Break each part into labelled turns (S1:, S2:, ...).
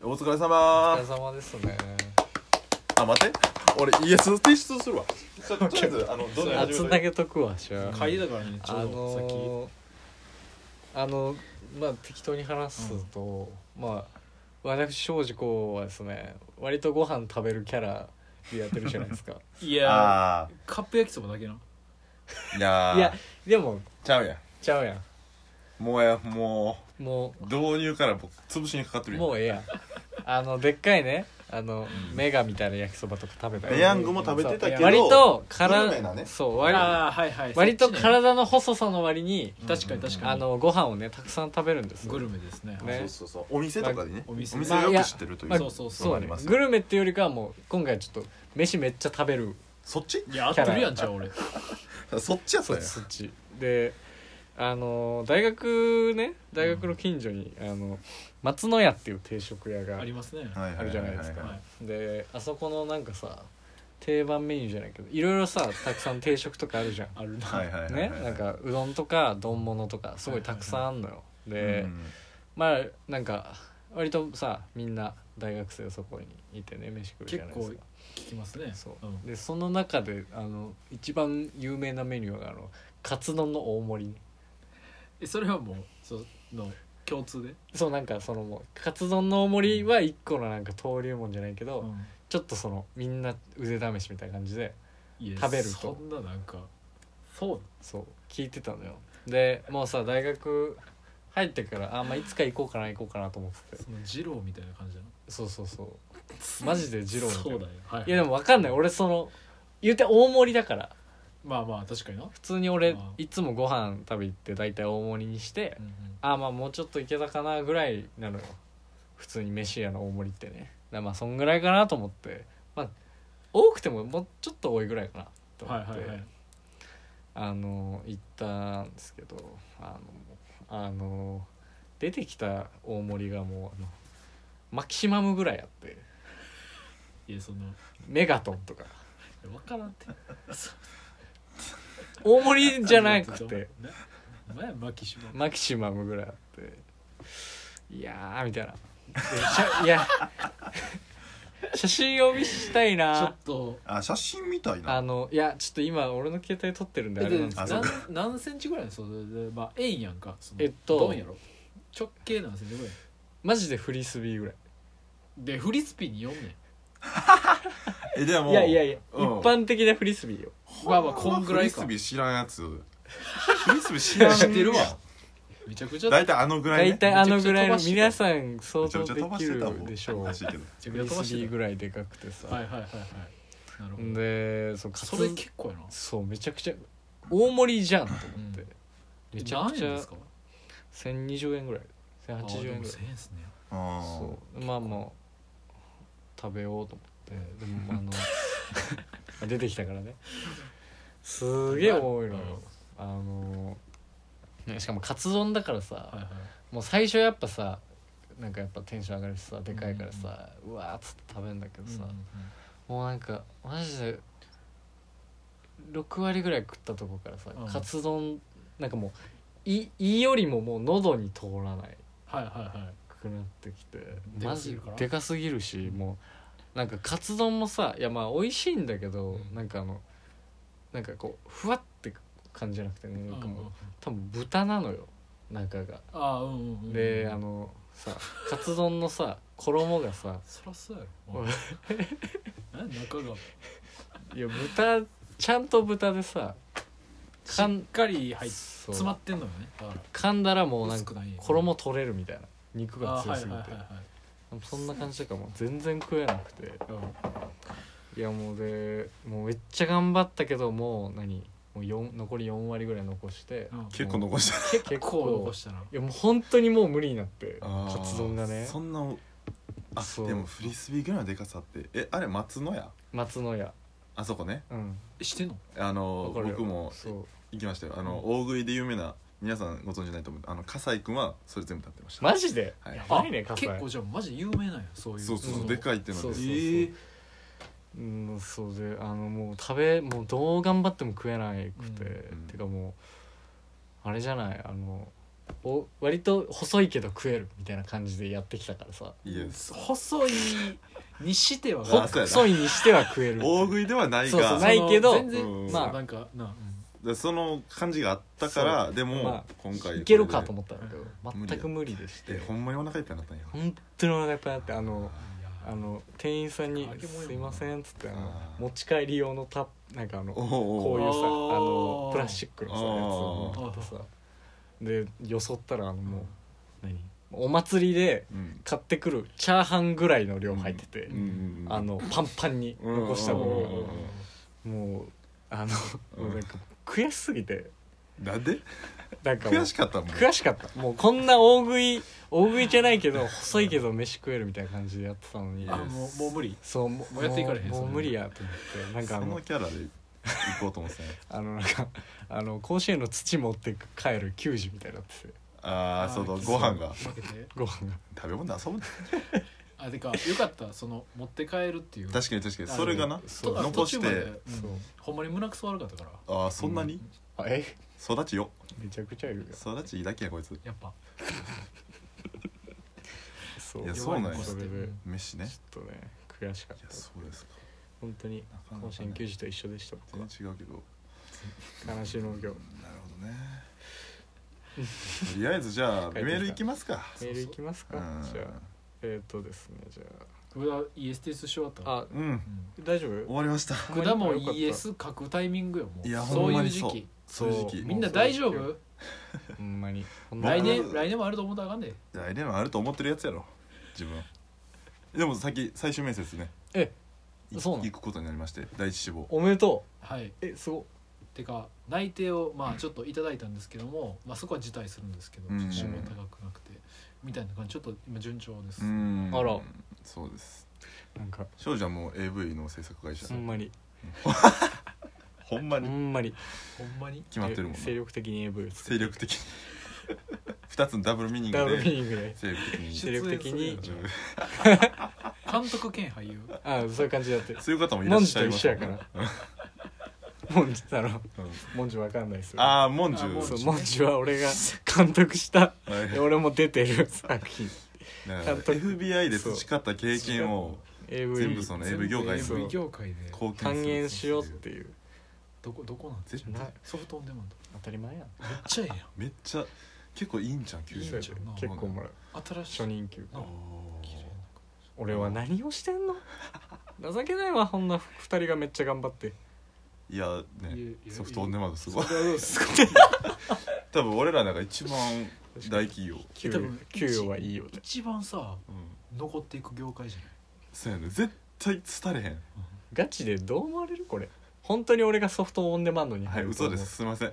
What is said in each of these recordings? S1: お疲れ
S2: お疲
S1: 様
S2: れ様ですね
S1: あ待って俺イエス提出するわちょとりあえずあのどんな
S2: あ
S1: 始
S2: つ
S1: め
S2: なげとくわじゃあ
S3: 嗅いだからねちょ
S2: あ
S3: うどさっき、
S2: のー、あのまあ適当に話すと、まあ私庄司こうはですね割とご飯食べるキャラでやってるじゃないですか
S3: いや
S1: あ
S3: ーカップ焼きそばだけない
S1: やー
S2: いやでも
S1: ちゃうや
S2: ちゃうやん
S1: んもうやも
S2: も
S1: う導入から僕潰しにかかって
S2: う
S1: るやん
S2: もうええやんあのでっかいねあのメガみたいな焼きそばとか食べた
S1: ペヤングも食べてたけど
S2: 割とから
S1: 有名なね
S2: そう
S3: あ
S2: 割
S3: あーはいはい
S2: 割と
S3: そっちね
S2: 体の細さの割に
S3: 確かに確かに
S2: あのご飯をねたくさん食べるんですよ
S3: グルメですね
S2: ね
S1: そうそうそうお店とかでね
S3: お店
S1: お店をよく知ってるという
S2: まあ
S3: そうそう
S2: そう
S1: あ
S2: だ
S1: り
S2: ね
S1: ますよ
S2: グルメっていうよりかはもう今回ちょっと飯めっちゃ食べる
S1: そっち
S3: いや合ってるやんじゃあ俺
S1: そっちやった
S2: そ
S1: やん
S2: っちであの大学ね大学の近所に、あの松の屋っていう定食屋が
S3: ありますね
S1: はい
S2: あるじゃないですか
S1: はは
S3: はい
S2: であそこのなんかさ定番メニューじゃないけどいろいろさたくさん定食とかあるじゃん
S3: あるな
S1: はい はいはいはい
S2: ねなんかうどんとか丼物とかすごいたくさんあんのよで、
S1: うん
S2: まあなんか割とさみんな大学生そこにいてね飯食うじゃないです
S3: 結
S2: か
S3: 聞きますね
S2: そう、
S3: ん
S2: でその中であの一番有名なメニューがあのカツ丼の大盛りね
S3: えそれはもうその共通で、
S2: そうなんかそのもうカツ丼の大盛りは一個のなんか登竜門じゃないけど、
S3: うん
S2: ちょっとそのみんな腕試しみたいな感じで
S3: いや
S2: 食べると
S3: そんななんかそう
S2: そう聞いてたのよでもうさ大学入ってからあ、まあ、いつか行こうかな行こうかなと思ってて
S3: その二郎みたいな感じだな
S2: そうそうそうマジで二郎みた
S3: そう
S2: い
S3: だ
S2: な
S3: よ、はい
S2: いやでも分かんない俺その言うて大盛りだから
S3: まあまあ確かにな、
S2: 普通に俺
S3: あ
S2: いつもご飯食べ行って大体大盛りにして、
S3: うんうん
S2: あまあもうちょっといけたかなぐらいなのよ普通に飯屋の大盛りってねだからまあそんぐらいかなと思ってまあ多くてももうちょっと多いぐらいかなと思
S3: はい
S2: って、
S3: はいはい
S2: あの行ったんですけどあのあの出てきた大盛りがもうあのマキシマムぐらいあって
S3: いやその
S2: メガトンとか
S3: 分からんって
S2: 大盛りじゃなくて
S3: なお前はマキシマ
S2: マキシマムぐらいあっていやーみたいなで写いや写真を見したい
S3: ちょ
S2: な
S3: っと
S1: あ写真みたい
S2: あ
S1: な
S2: のいやちょっと今俺の携帯撮ってるんであれなんですけ
S1: あ
S2: ど
S1: そ
S3: な
S1: うん
S3: 何センチぐらいなのそれでまあ円やんかその
S2: えっと
S3: どんやろ直径何センチぐらい
S2: マジでフリスビーぐらい
S3: でフリスピーに4ねん
S1: えでも
S2: いやいやいや一
S1: うん
S2: 般的なフリスビーよ
S3: まあまあこんぐらいか
S1: フリスビー知らんや つフリスビー知らん
S3: 知ってるわめちゃくちゃ
S1: 大体あのぐらいね
S2: 大体あのぐらいの
S3: めちゃくちゃ
S1: め
S2: 皆さん想
S3: 飛ばして
S1: ちゃめ
S2: 像
S1: ちゃ
S2: で
S1: 飛ば
S2: き
S1: してたもん
S2: るでしょう
S1: らしいけど
S3: めちゃ
S2: フ
S3: くちゃ
S2: リ
S3: 飛ば
S2: ス
S3: して
S2: ビー
S3: る
S2: ぐらいでかくてさ
S3: はいはいはいはいなるほど
S2: でそうかつ
S3: それ結構やな
S2: そうめちゃくちゃ大盛りじゃんと思って
S3: うん
S2: めちゃくち
S3: 何円
S2: ゃ
S3: ですか
S2: 1020円ぐらい
S3: あでも
S2: 1080円ぐらい
S3: 1000円ですね
S1: あー
S2: そうまあまあ食べようと思ってでもあの出てきたからねすげえ多いのよあのねしかもカツ丼だからさ、
S3: はいはい
S2: もう最初やっぱさなんかやっぱテンション上がるしさでかいからさ、うわーっつって食べるんだけどさ、もうなんかマジで6割ぐらい食ったとこからさ、
S3: うん
S2: カツ丼なんかもうい胃よりももう喉に通らない
S3: はいはいはい
S2: くなってきて
S3: で
S2: マ
S3: かすぎ
S2: ジ
S3: るから
S2: でかすぎるしもうなんかカツ丼もさいやまあ美味しいんだけど、
S3: うん
S2: なんかあのなんかこうふわって感じじゃなくてねなんかもう、
S3: うんうん
S2: 多分豚なのよ中が。
S3: ああうんうんうん
S2: であのさカツ丼のさ衣がさ
S3: そらそうや
S2: お
S3: ろ
S2: い
S3: 何 中が
S2: いや豚ちゃんと豚でさ
S3: し
S2: かん
S3: っかり入っ
S2: そう
S3: 詰まってんのよねだから
S2: 噛んだらもうなん
S3: 薄く
S2: か
S3: ない
S2: 衣取れるみたいな肉が
S3: あー
S2: 強
S3: はい
S2: すぎ
S3: はい
S2: て、
S3: はいはい
S2: そんな感じだからもう全然食えなくていやもうでもうめっちゃ頑張ったけどもう何もう4残り4割ぐらい残して、
S3: うん
S1: 結構残した
S2: 結構
S3: 結構残したない
S2: やもう本当にもう無理になって
S1: あー
S2: カツ丼がね
S1: そんなあ
S2: そう
S1: でもフリスビーぐらいのでかさってえあれ松のや
S2: 松の家
S1: あそこね
S2: うん
S3: してんの
S1: あの
S2: わかるよ
S1: 僕も
S2: そう
S1: 行きましたよあの、大食いで有名な皆さんご存知ないと思うあの笠井君はそれ全部食べてました、
S2: マジで
S1: はい
S3: や
S2: ばいね
S3: あ
S2: 葛西
S3: 結構じゃあマジ有名なんやそういう
S1: そうそうそう、
S2: うん
S1: でかいっていうので
S2: そう
S3: え
S2: そう
S3: ー
S2: うん、そうであのもう食べもうどう頑張っても食えなくて、
S3: うん
S1: うん
S2: てかもうあれじゃないあのお割と細いけど食えるみたいな感じでやってきたからさ
S1: イエス
S3: 細いにしては
S1: ほ
S3: な
S1: あそうやな
S2: 細いにしては食える
S1: 大食いではない
S2: そうそ
S1: が
S2: うないけど
S3: 全然、
S1: うん
S3: まあなんかな
S1: でその感じがあったからでも、
S2: まあ
S1: 今回これで
S2: いけるかと思ったんだけ
S1: 無
S2: ど
S1: 理や
S2: 全く無理でして
S1: えほんまにお腹いっぱいになったんや
S2: 本当にお腹いっぱいになってあの
S3: いや
S2: あの店員さんに
S3: 揚
S2: 「
S3: げ物やもんな
S2: すいません」っつってあの
S1: あー
S2: 持ち帰り用のタなんかあの
S1: おう
S2: こ
S1: お
S2: う
S1: う
S2: いうさあ
S3: あー
S2: のプラスチックのさ
S1: あー
S2: やつを持ってさでよそったらあのもう何お祭りで
S1: うん
S2: 買ってくるチャーハンぐらいの量入ってて、
S1: うんうんうん
S2: あのパンパンに
S1: うん
S2: 残したものが
S1: うんうんうん
S2: もうあの、
S1: うん
S2: もうなんか悔しすぎて
S1: なんで
S2: なんかもう
S1: 悔しかったもん
S2: 悔しかったもうこんな大食い大食いじゃないけど細いけど飯食えるみたいな感じでやってたのに
S1: い
S3: あ
S1: や
S3: もうもう無理
S2: そうも
S3: もうやっていかれへん
S2: もう
S3: そんな
S2: 無理やと思ってなんかあ
S1: そ
S2: の
S1: のキャラで行こうと思 ってたんや
S2: あのなんかあの甲子園の土持って帰る球児みたいになってて
S1: ああそうだご飯が
S3: 負けて
S2: ご飯が
S1: 食べ物で遊ぶ
S3: あてかよかったその持って帰るっていう
S1: 確かに確かにそれがな
S3: とか
S1: 残
S3: 途
S1: し
S3: 中まで
S1: て
S3: うん
S2: そう
S3: ほんまに胸くそ悪かったから
S1: ああそんなに、
S2: あえ
S1: 育ちよ
S2: めちゃくちゃいるよ
S1: 育ちいいだけやこいつ
S3: やっぱ
S2: そう
S1: いや
S2: そ
S1: そうなんや
S2: それで
S3: うん
S1: 飯ねい
S2: ちょっとね悔しかっ
S1: や
S2: た
S1: そうですか
S2: 本当に
S1: なかなかね
S2: 甲子園球児と一緒でした僕は
S1: 全然違うけど
S2: 悲しい農業
S1: なるほどねとりあえずじゃあ
S2: 帰
S1: メー
S2: ってきた
S1: ルいきますか
S2: メールいきますか
S1: うん
S2: じゃあえっ、ー、とですねじゃ
S3: 俺はイエステスし終わった
S2: ああ
S1: うん
S3: うん
S2: 大丈
S1: 終
S2: 夫
S1: わりました
S2: ほんまに
S3: 果も
S2: よかった
S3: イエス書くタイミングよも
S1: いや
S3: う
S1: ほ
S3: そうん
S1: ま
S3: いう
S1: に
S3: 時
S1: そう
S3: 期
S1: そういう時
S2: そう
S1: 期
S3: みんな大丈夫
S2: ほんまにほんま
S3: 来
S2: に
S1: 僕
S3: 年来年もあると思ったらあかんで
S1: 来年はあると思ってるやつやろ自分でもさっき最終面接ね
S2: え
S1: い
S2: そうなの
S1: 行くことになりまして第一志望
S2: おめでと
S3: はい。
S2: うえすご
S3: てか内定をまあちょっといただいたんですけども、まあ、そこは辞退するんですけど
S1: うん
S3: ちょっと志望高くなくてみたいな感じちょっと今順調です、
S1: うーん
S2: あら
S1: そうです
S2: なんか
S1: 少女はもう AV の制作会社
S2: ほんまに
S1: ほんま
S2: ほ
S1: に
S2: んまに
S3: ほんまに
S1: 決まってるもんな
S2: 精力的に AV を作
S1: 精
S2: る
S1: 力的に 二つのダブルミーニン
S2: ダ
S1: グ
S2: ブルミ
S1: で
S2: ーニングで
S1: 精力的に
S2: 精力的に
S3: 出演する監督兼俳優
S2: あそういう感じでやってる
S1: そういう方もいら
S2: モ
S1: っ
S2: ンジ
S1: しゃ
S2: と
S1: い
S2: 一
S1: ます
S2: 緒やから モンジだろ
S1: うん
S2: モンジわかんないっすよ
S1: ああモンジ
S3: あ
S1: ュ
S3: モンジ
S2: そう
S1: ュ
S2: モンジは俺 が監督した
S1: はい
S2: で俺も出てる作品
S1: だ
S2: ち
S1: か
S2: ゃ
S1: ら
S2: んと
S1: FBI で培った経験を
S2: AV
S1: 全部その AV 業界に
S2: そう
S3: AV 業界で
S1: 貢献
S2: 還
S1: する
S2: 元しようっていう
S3: どこどこなんです
S1: 絶
S2: 対
S3: ソフトオンデマンド
S2: 当たり前やん
S3: めっちゃええ
S1: めっちゃ結構いいんじゃん
S3: いいん
S1: 90
S3: じゃん
S1: 円
S2: 結構もらう
S3: やん新しい
S2: 初任給
S3: あ綺麗
S2: 俺は何をしてんの情けないわこんな2人がめっちゃ頑張って
S1: いや
S3: い
S1: ね
S3: やいや
S1: ソフトオンデマンドすごい
S3: なそれはどうですか
S1: 多分俺らなんか一番大企業
S2: 給
S3: 多分
S2: 給与はいいよ
S3: 一番さ
S1: うん
S3: 残っていく業界じゃない
S1: そうやね絶対廃れへん
S2: ガチでどう思われるこれ本当に俺がソフトオンデマンドに
S1: はい
S2: 入ると
S1: 嘘
S2: 思う
S1: ですすいません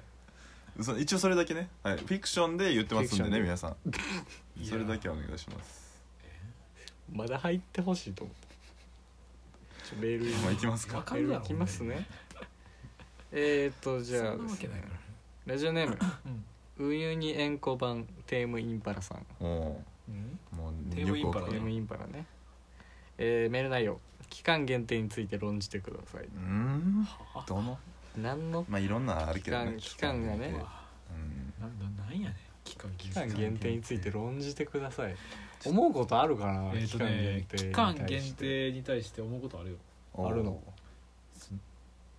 S1: 嘘一応それだけね、はい、フィクションで言ってますんでね
S2: フィ
S1: 皆さん
S3: いや
S1: それだけお願いします
S2: まだ入ってほしいと思ってちょメール
S1: まあ行きますか
S3: わか
S2: メー
S3: る
S2: ル
S3: だ
S2: い
S3: ろ
S2: きますねえーっとじゃあ
S3: そんなわけないか
S2: ですねラジオネーム
S3: うん
S2: ウユニ塩湖版テームインパラさん
S1: も
S3: うん
S1: うも
S3: テ
S1: う
S3: ーマインパラ
S2: テーム
S1: う
S2: インパラねえーメール内容期間限定について論じてください
S1: ーんどの
S2: 何の
S1: まあいろんなあるけどね
S2: 期間期間がね
S1: う
S3: うんわなななんやねん期間限
S2: 期間限定について
S3: ロ
S2: 論じてください思うことあるかな、
S3: えーとね
S2: 期
S3: 期
S2: 間
S3: 間
S2: 限定に対し
S3: 限
S2: て
S3: 定に対して思うことあるよ
S1: おー
S2: あるの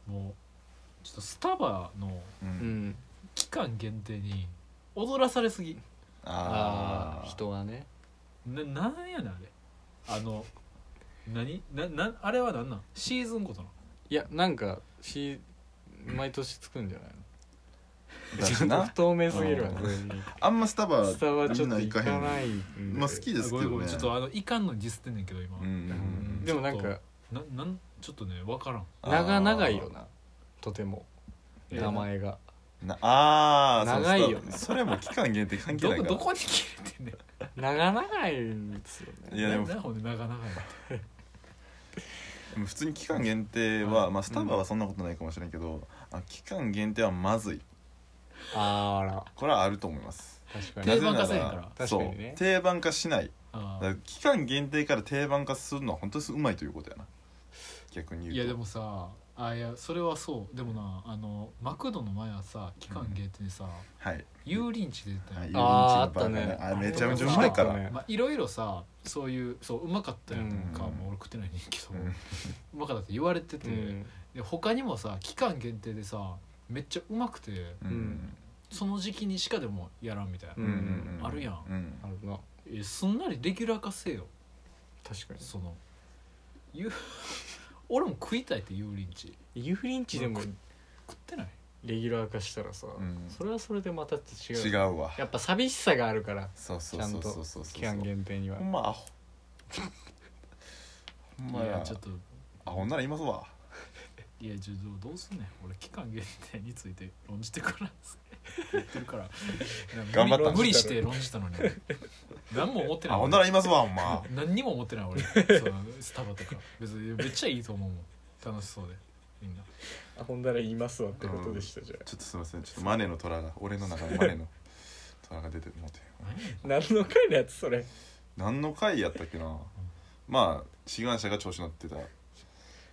S3: もうちょっとスタバの
S1: う
S2: うんん
S3: 期間限定に踊らされすぎ
S2: あ
S1: あ
S2: あ
S1: あ
S2: 人はね
S3: ななんやねんあれあの何ななあれはなんなんシーズンごとない
S2: やなんかし毎年つくんじゃないの
S1: だし
S2: ちょっと
S1: な
S2: 不透明すぎるわ
S1: うん
S2: それに
S1: あんまスタバ
S2: スタバちょっと
S1: みん
S2: 行
S1: な
S2: か
S1: へん
S2: ない
S1: まあ好き
S2: で
S1: ですけど
S3: ごめ
S1: ね
S3: んごめんちょっとあのいかんのにディスってんねんけど今、
S1: うんうんうん
S2: でもなんか
S3: ななんちょっとね分からん
S2: 長長いよなとても
S3: えー
S2: 名前が
S1: なあーそう
S2: 長いよ
S1: そうそれはもう期間限定関係
S3: ど
S1: ない
S3: こ
S1: から
S3: どこに切れてんねん
S2: 長々いんですよ
S1: い
S2: ね
S1: やでも
S3: ななんほんで長々や
S1: 普通に期間限定は、まあ、スタバはそんなことないかもしれんけど、あ期間限定はまずい
S2: あら
S1: これはあると思います
S2: 確かに
S3: 定番化せえへんから
S1: なぜな
S2: 確かにね
S1: そう定番化しないだ
S3: あ
S1: か
S3: ー
S1: ら期間限定から定番化するのは本当にうまいということやな逆に言う
S3: い
S1: と
S3: やでもさあいやそれはそうでもなあのマクドの前はさ期間限定でさ、
S1: はい
S3: 油淋鶏出てた
S1: はい
S3: やん、
S2: あーあったね
S1: あめちゃめちゃうまいから、
S2: あったね
S3: まあ、いろいろさそういうそううまかったやんか、
S1: うん
S3: もう俺食ってないねんけど、
S1: う
S3: うんまかったって言われてて、
S2: うん
S3: で他にもさ期間限定でさめっちゃうまくて
S1: うん
S3: その時期にしかでもやらんみたいな、
S1: うんうんうん
S3: あるやん
S1: うん
S2: あるな
S3: えすんなりレギュラー化せよ
S2: 確かに
S3: そのゆ 俺も食いたいって油淋鶏
S2: ユフリンチでも
S3: 食ってない
S2: レギュラー化したらさ、
S1: ん
S2: それはそれでまた違う
S1: 違うわ
S2: やっぱ寂しさがあるから
S1: そうそう
S2: ちゃ
S1: そ
S2: ん
S1: う
S2: と
S1: そうそう
S2: 期間限定には
S1: ほんまアホほんま
S3: いや
S1: や
S3: ちょっと
S1: アホならいますわ
S3: いやちょっとどうすんねん俺期間限定について論じてから 言ってるから
S1: 頑張った
S3: 無理無理して論じたのに何も思って
S1: ア
S3: ない
S1: ホならいますわほんま
S3: 何にも思ってない 俺そうスタバとか別にめっちゃいいと思うもん楽しそうでみんな
S2: あほんだら言いますわってことでしたじゃ
S1: ちょっとすいませんちょっとマネの虎が俺の中のマネ の虎が出てもうて
S3: 何やねん
S2: あ何の回のやつ それ
S1: 何の回やったっけなまあ志願者が調子乗ってた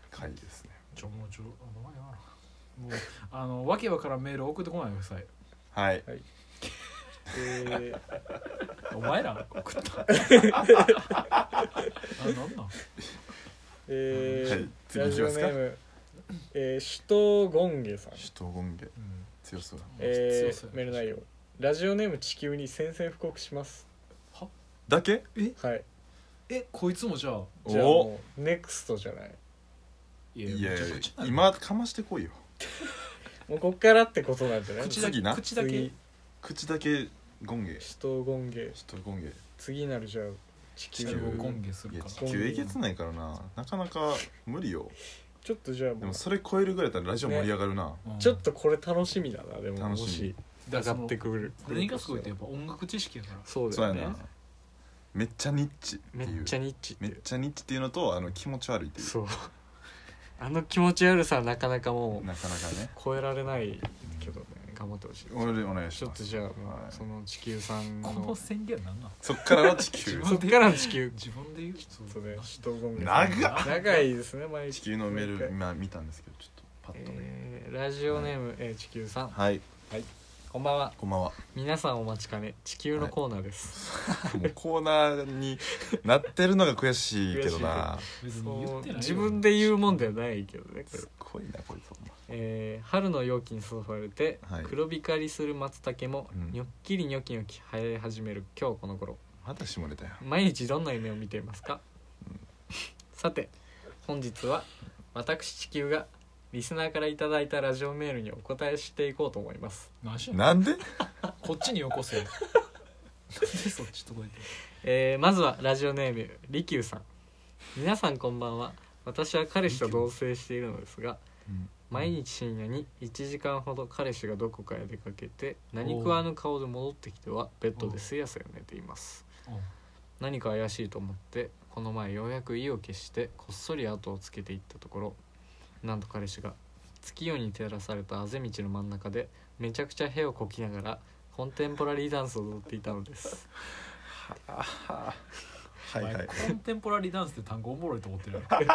S1: 回ですね
S3: ちょもうちょあのわけわからんもうあのわけわからんメール送ってこないでください
S1: はい
S2: え
S3: お前ら 送ったあ
S2: ー、
S3: なんなん
S2: えー
S1: はい次
S2: ラ
S1: いき
S2: ジ
S1: ま
S2: オ
S1: す
S2: ネ
S1: か
S2: ーム、えー、首都ゴンゲさん、
S1: 首都権限
S3: うん
S1: 強そうだ
S2: え
S3: 強そう
S2: ー、
S3: や
S2: メール内容ラジオネーム地球に宣戦布告します
S1: だけ
S2: はい
S3: えこいつもじゃあ
S2: じゃあ
S1: お
S2: もうネクストじゃない
S3: い
S1: いやいや
S3: めちゃくちゃな
S1: 今かましてこいよ
S2: もうこっからってことなんじゃない
S3: 口だけ
S1: 次な
S3: 口だけ
S2: 次
S1: 口だけ権限
S2: 首都ゴンゲ
S1: 首都権限
S2: 次なるじゃあ地球
S3: 地球
S1: 地
S3: を
S1: 球
S3: 根下す
S1: い
S3: る
S1: や
S3: か
S1: 地球えげつないからななかなか無理よ
S2: ちょっとじゃあ
S1: で
S2: もう
S1: もそれ超えるぐらいだったらラジオ盛り上がるな、
S3: ら
S2: ちょっとこれ楽しみだなでもも
S1: 楽しみ
S2: し
S3: だからその
S2: くる
S3: 何がすごいってやっぱ音楽知識やから
S2: そう
S1: そう
S2: だ
S1: や
S2: よ
S1: な、
S2: ね
S1: めっちゃニッチって
S2: め
S1: いう
S2: っちゃニッチって
S1: め
S2: い
S1: っ
S2: う
S1: ちゃニッチっていうのとあの気持ち悪いってい
S2: そうあの気持ち悪さはなかなかも
S1: う
S2: う
S1: なかなかね
S2: 超えられないけどね頑張ってほしい
S1: お願いし
S2: ちょ
S1: ま
S2: っ
S1: す
S2: とじゃあも
S1: はいう
S2: その地球さん
S3: この
S2: の
S3: 宣言なんなん
S1: そっからの地球
S3: 自
S2: そっからの地球
S3: 自分で言う
S2: ちょっとね人混み
S1: 長っ
S2: 長いですね毎
S1: 地球のメール今見たんですけどちょっとパッとね、
S2: えーラジオネームえー地球さん
S1: はい
S2: こんばんは
S1: こんばんは
S2: 皆さんお待ちかね地球のコーナーです
S1: もうコーナーになってるのが悔しいけどな
S3: 別
S2: そ
S3: に言っ
S2: う
S3: てないよ
S2: 自分で言うもんではないけどねこれ
S1: すごいなこいつほんま
S2: えー春の陽気に誘われて、
S1: はい
S2: 黒光りする松茸も
S1: うん
S2: にょっきりにょきにょき生え始める今日この頃
S1: また下ネタや
S2: 毎日どんな夢を見ていますか、 さて本日は私地球がリスナーからいただいたラジオメールにお答えしていこうと思います、
S3: 何しや ねん
S1: なんで
S3: こっちによこせなんでそっち届いて
S2: えーまずはラジオネーム利休さん皆さんこんばんは私は彼氏と同棲しているのですが毎日深夜に1時間ほど彼氏がどこかへ出かけて何食わぬ顔で戻ってきてはベッドですやすや寝ています
S3: うん
S2: 何か怪しいと思ってこの前ようやく意を決してこっそり後をつけていったところなんと彼氏が月夜に照らされたあぜ道の真ん中でめちゃくちゃ屁をこきながらコンテンポラリーダンスを踊っていたのです
S1: はいはい
S3: お前コンテンポラリーダンスって単語おもろいと思ってるやろ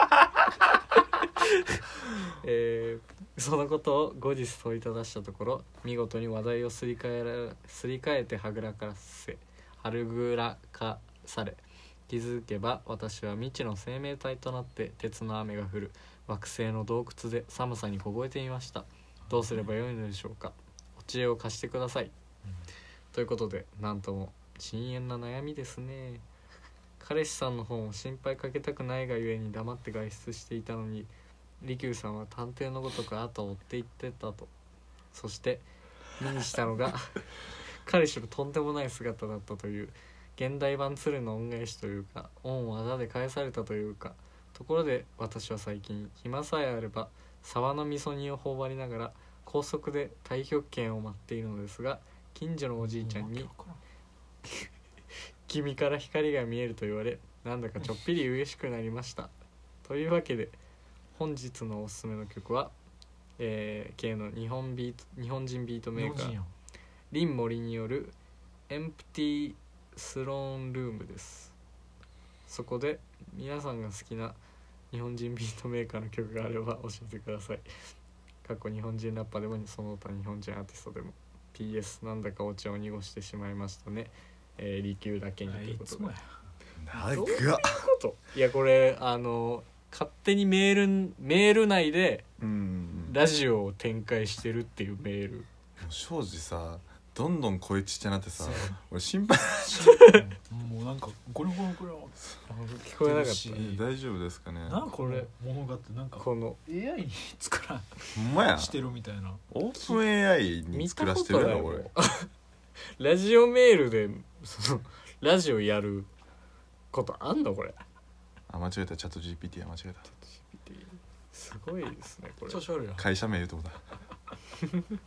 S2: えーそのことを後日問いただしたところ見事に話題をすり替えらすり替えてはぐらかせはるぐらかされ気づけば私は未知の生命体となって鉄の雨が降る惑星の洞窟で寒さに凍えていましたどうすればよいのでしょうかお知恵を貸してください、ということでなんとも深淵な悩みですね彼氏さんの方も心配かけたくないがゆえに黙って外出していたのに利休さんは探偵のごとく後を追っていってたとそして目にしたのが 彼氏のとんでもない姿だったという現代版鶴の恩返しというか恩をあだで返されたというかところで私は最近暇さえあれば沢の味噌煮を頬張りながら高速で太極拳を待っているのですが近所のおじいちゃんに
S3: わけわからん
S2: 君から光が見えると言われなんだかちょっぴり嬉しくなりましたというわけで本日のおすすめの曲は、えー、K の日本ビート日本人ビートメー
S3: 日
S2: カ
S3: 本人
S2: ー
S3: やん
S2: リン・モリによる「エンプティ・スローン・ルーム」ですそこで皆さんが好きな日本人ビートメーカーの曲があれば教えてください過去日本人ラッパーでもその他日本人アーティストでも PS なんだかお茶を濁してしまいましたね、えー、利休だけにとい
S3: いう
S2: こと
S3: つ
S2: で
S3: もや
S1: 長っ
S2: こといやこれあの勝手にメールメール内で
S1: うん
S2: ラジオを展開してるっていうメール
S1: もう庄司さどんどん声ちっちゃなってさ俺心配
S3: もうなんかゴロゴロゴロ
S2: あの聞こえなかっ
S3: どうしよ
S2: た
S3: う
S1: 大丈夫ですかね
S3: なんかこれ物語なんか
S2: この
S3: AI に作ら
S1: ほんまや
S3: んしてるみたいな
S1: オープン AI に
S2: 見
S1: 作
S2: た
S1: ら
S2: こ
S1: せてる
S2: と
S1: や
S2: な
S1: ろ
S2: いも
S1: 俺
S2: んラジオメールでそのラジオやることあんのこれ
S1: あ間違えたチャット GPT や間違えた
S2: すごいですねこれ
S3: 調子悪いな
S1: 会社名言うとこだ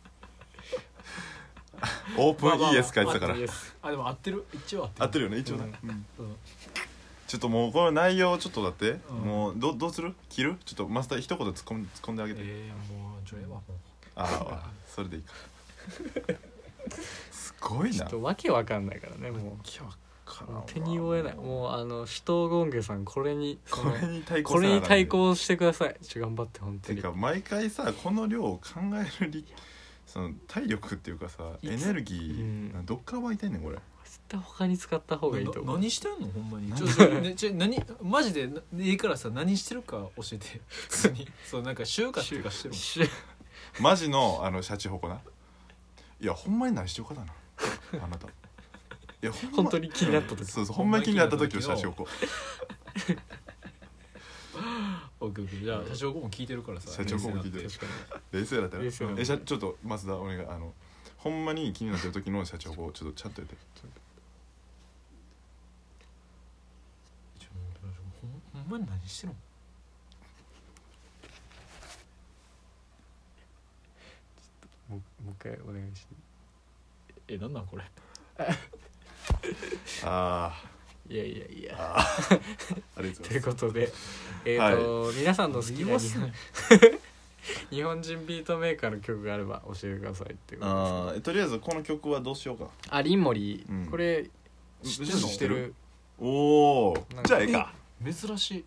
S1: オープン ES 書いてたから
S2: いいです
S3: あでも合ってる一応合
S1: 合
S3: ってる
S1: ってるよね一応ね、うん
S3: うん
S1: ちょっともうこの内容ちょっとだって、
S3: うん
S1: もうどどうする切るちょっとマスター一言突っ込ん突っ込んであげて、
S3: ええもうちょええわも
S1: ああそれでいい かすごい
S2: ちょ
S1: な
S2: っとわけわかんないからねも
S1: 今日か
S2: うもう手に負えないもうあの首藤権下さんこれにそ
S1: こ
S2: の
S1: れに対抗
S2: これに対
S1: っ
S2: 抗してくださいちょ頑張って本
S1: て
S2: 当
S1: いう
S2: に
S1: か毎回さこの量を考えるりその体力っていうかさ
S2: い
S1: エ
S2: つ
S1: ネルギー、
S2: うん
S1: どっから湧いてんねんこれ
S2: 絶対他に使った方がいいと
S3: うな
S2: 思う
S3: 何してんのほんまに
S1: 何
S3: ちょちょねちょ何マジでないいからさ何してるか教えて 普通にそうなんか就活とかしてるもん
S2: し
S1: マジのあのシャチホコないやほんまに何してよかだなあなたいやほんま
S2: 本当に気になった時
S1: そうそうほんまに気になった時のシャチホコ
S3: オッケーオッケーじゃあ社長も聞いてるからさ
S1: 社長も聞いてる
S3: 冷静
S2: 確か
S1: 冷静だったよ
S2: 冷静だった
S1: え社ちょっと増田お願いあのほんまに気になってる時のシャチホコをちょっとちゃんとやって
S3: にちょほんほんまに何してるの
S2: にもうもう一回お願いして
S3: えなんなんこれ
S1: あ
S2: いやいやい
S1: ー
S2: や
S1: あーありがとうご
S2: と
S1: ざ
S2: い
S1: いうます
S2: ことでえっ、と、皆さんの好きな日本日本人ビートメーカーの曲があれば教えてくださいっていうことですけど
S1: あーえとりあえずこの曲はどうしようか
S2: あ有森、
S1: うん
S2: これ知ってる
S1: 知
S2: 知
S1: っ
S2: ってて
S1: る
S2: る
S1: おお
S2: なんか
S1: じゃあええか
S3: 珍しい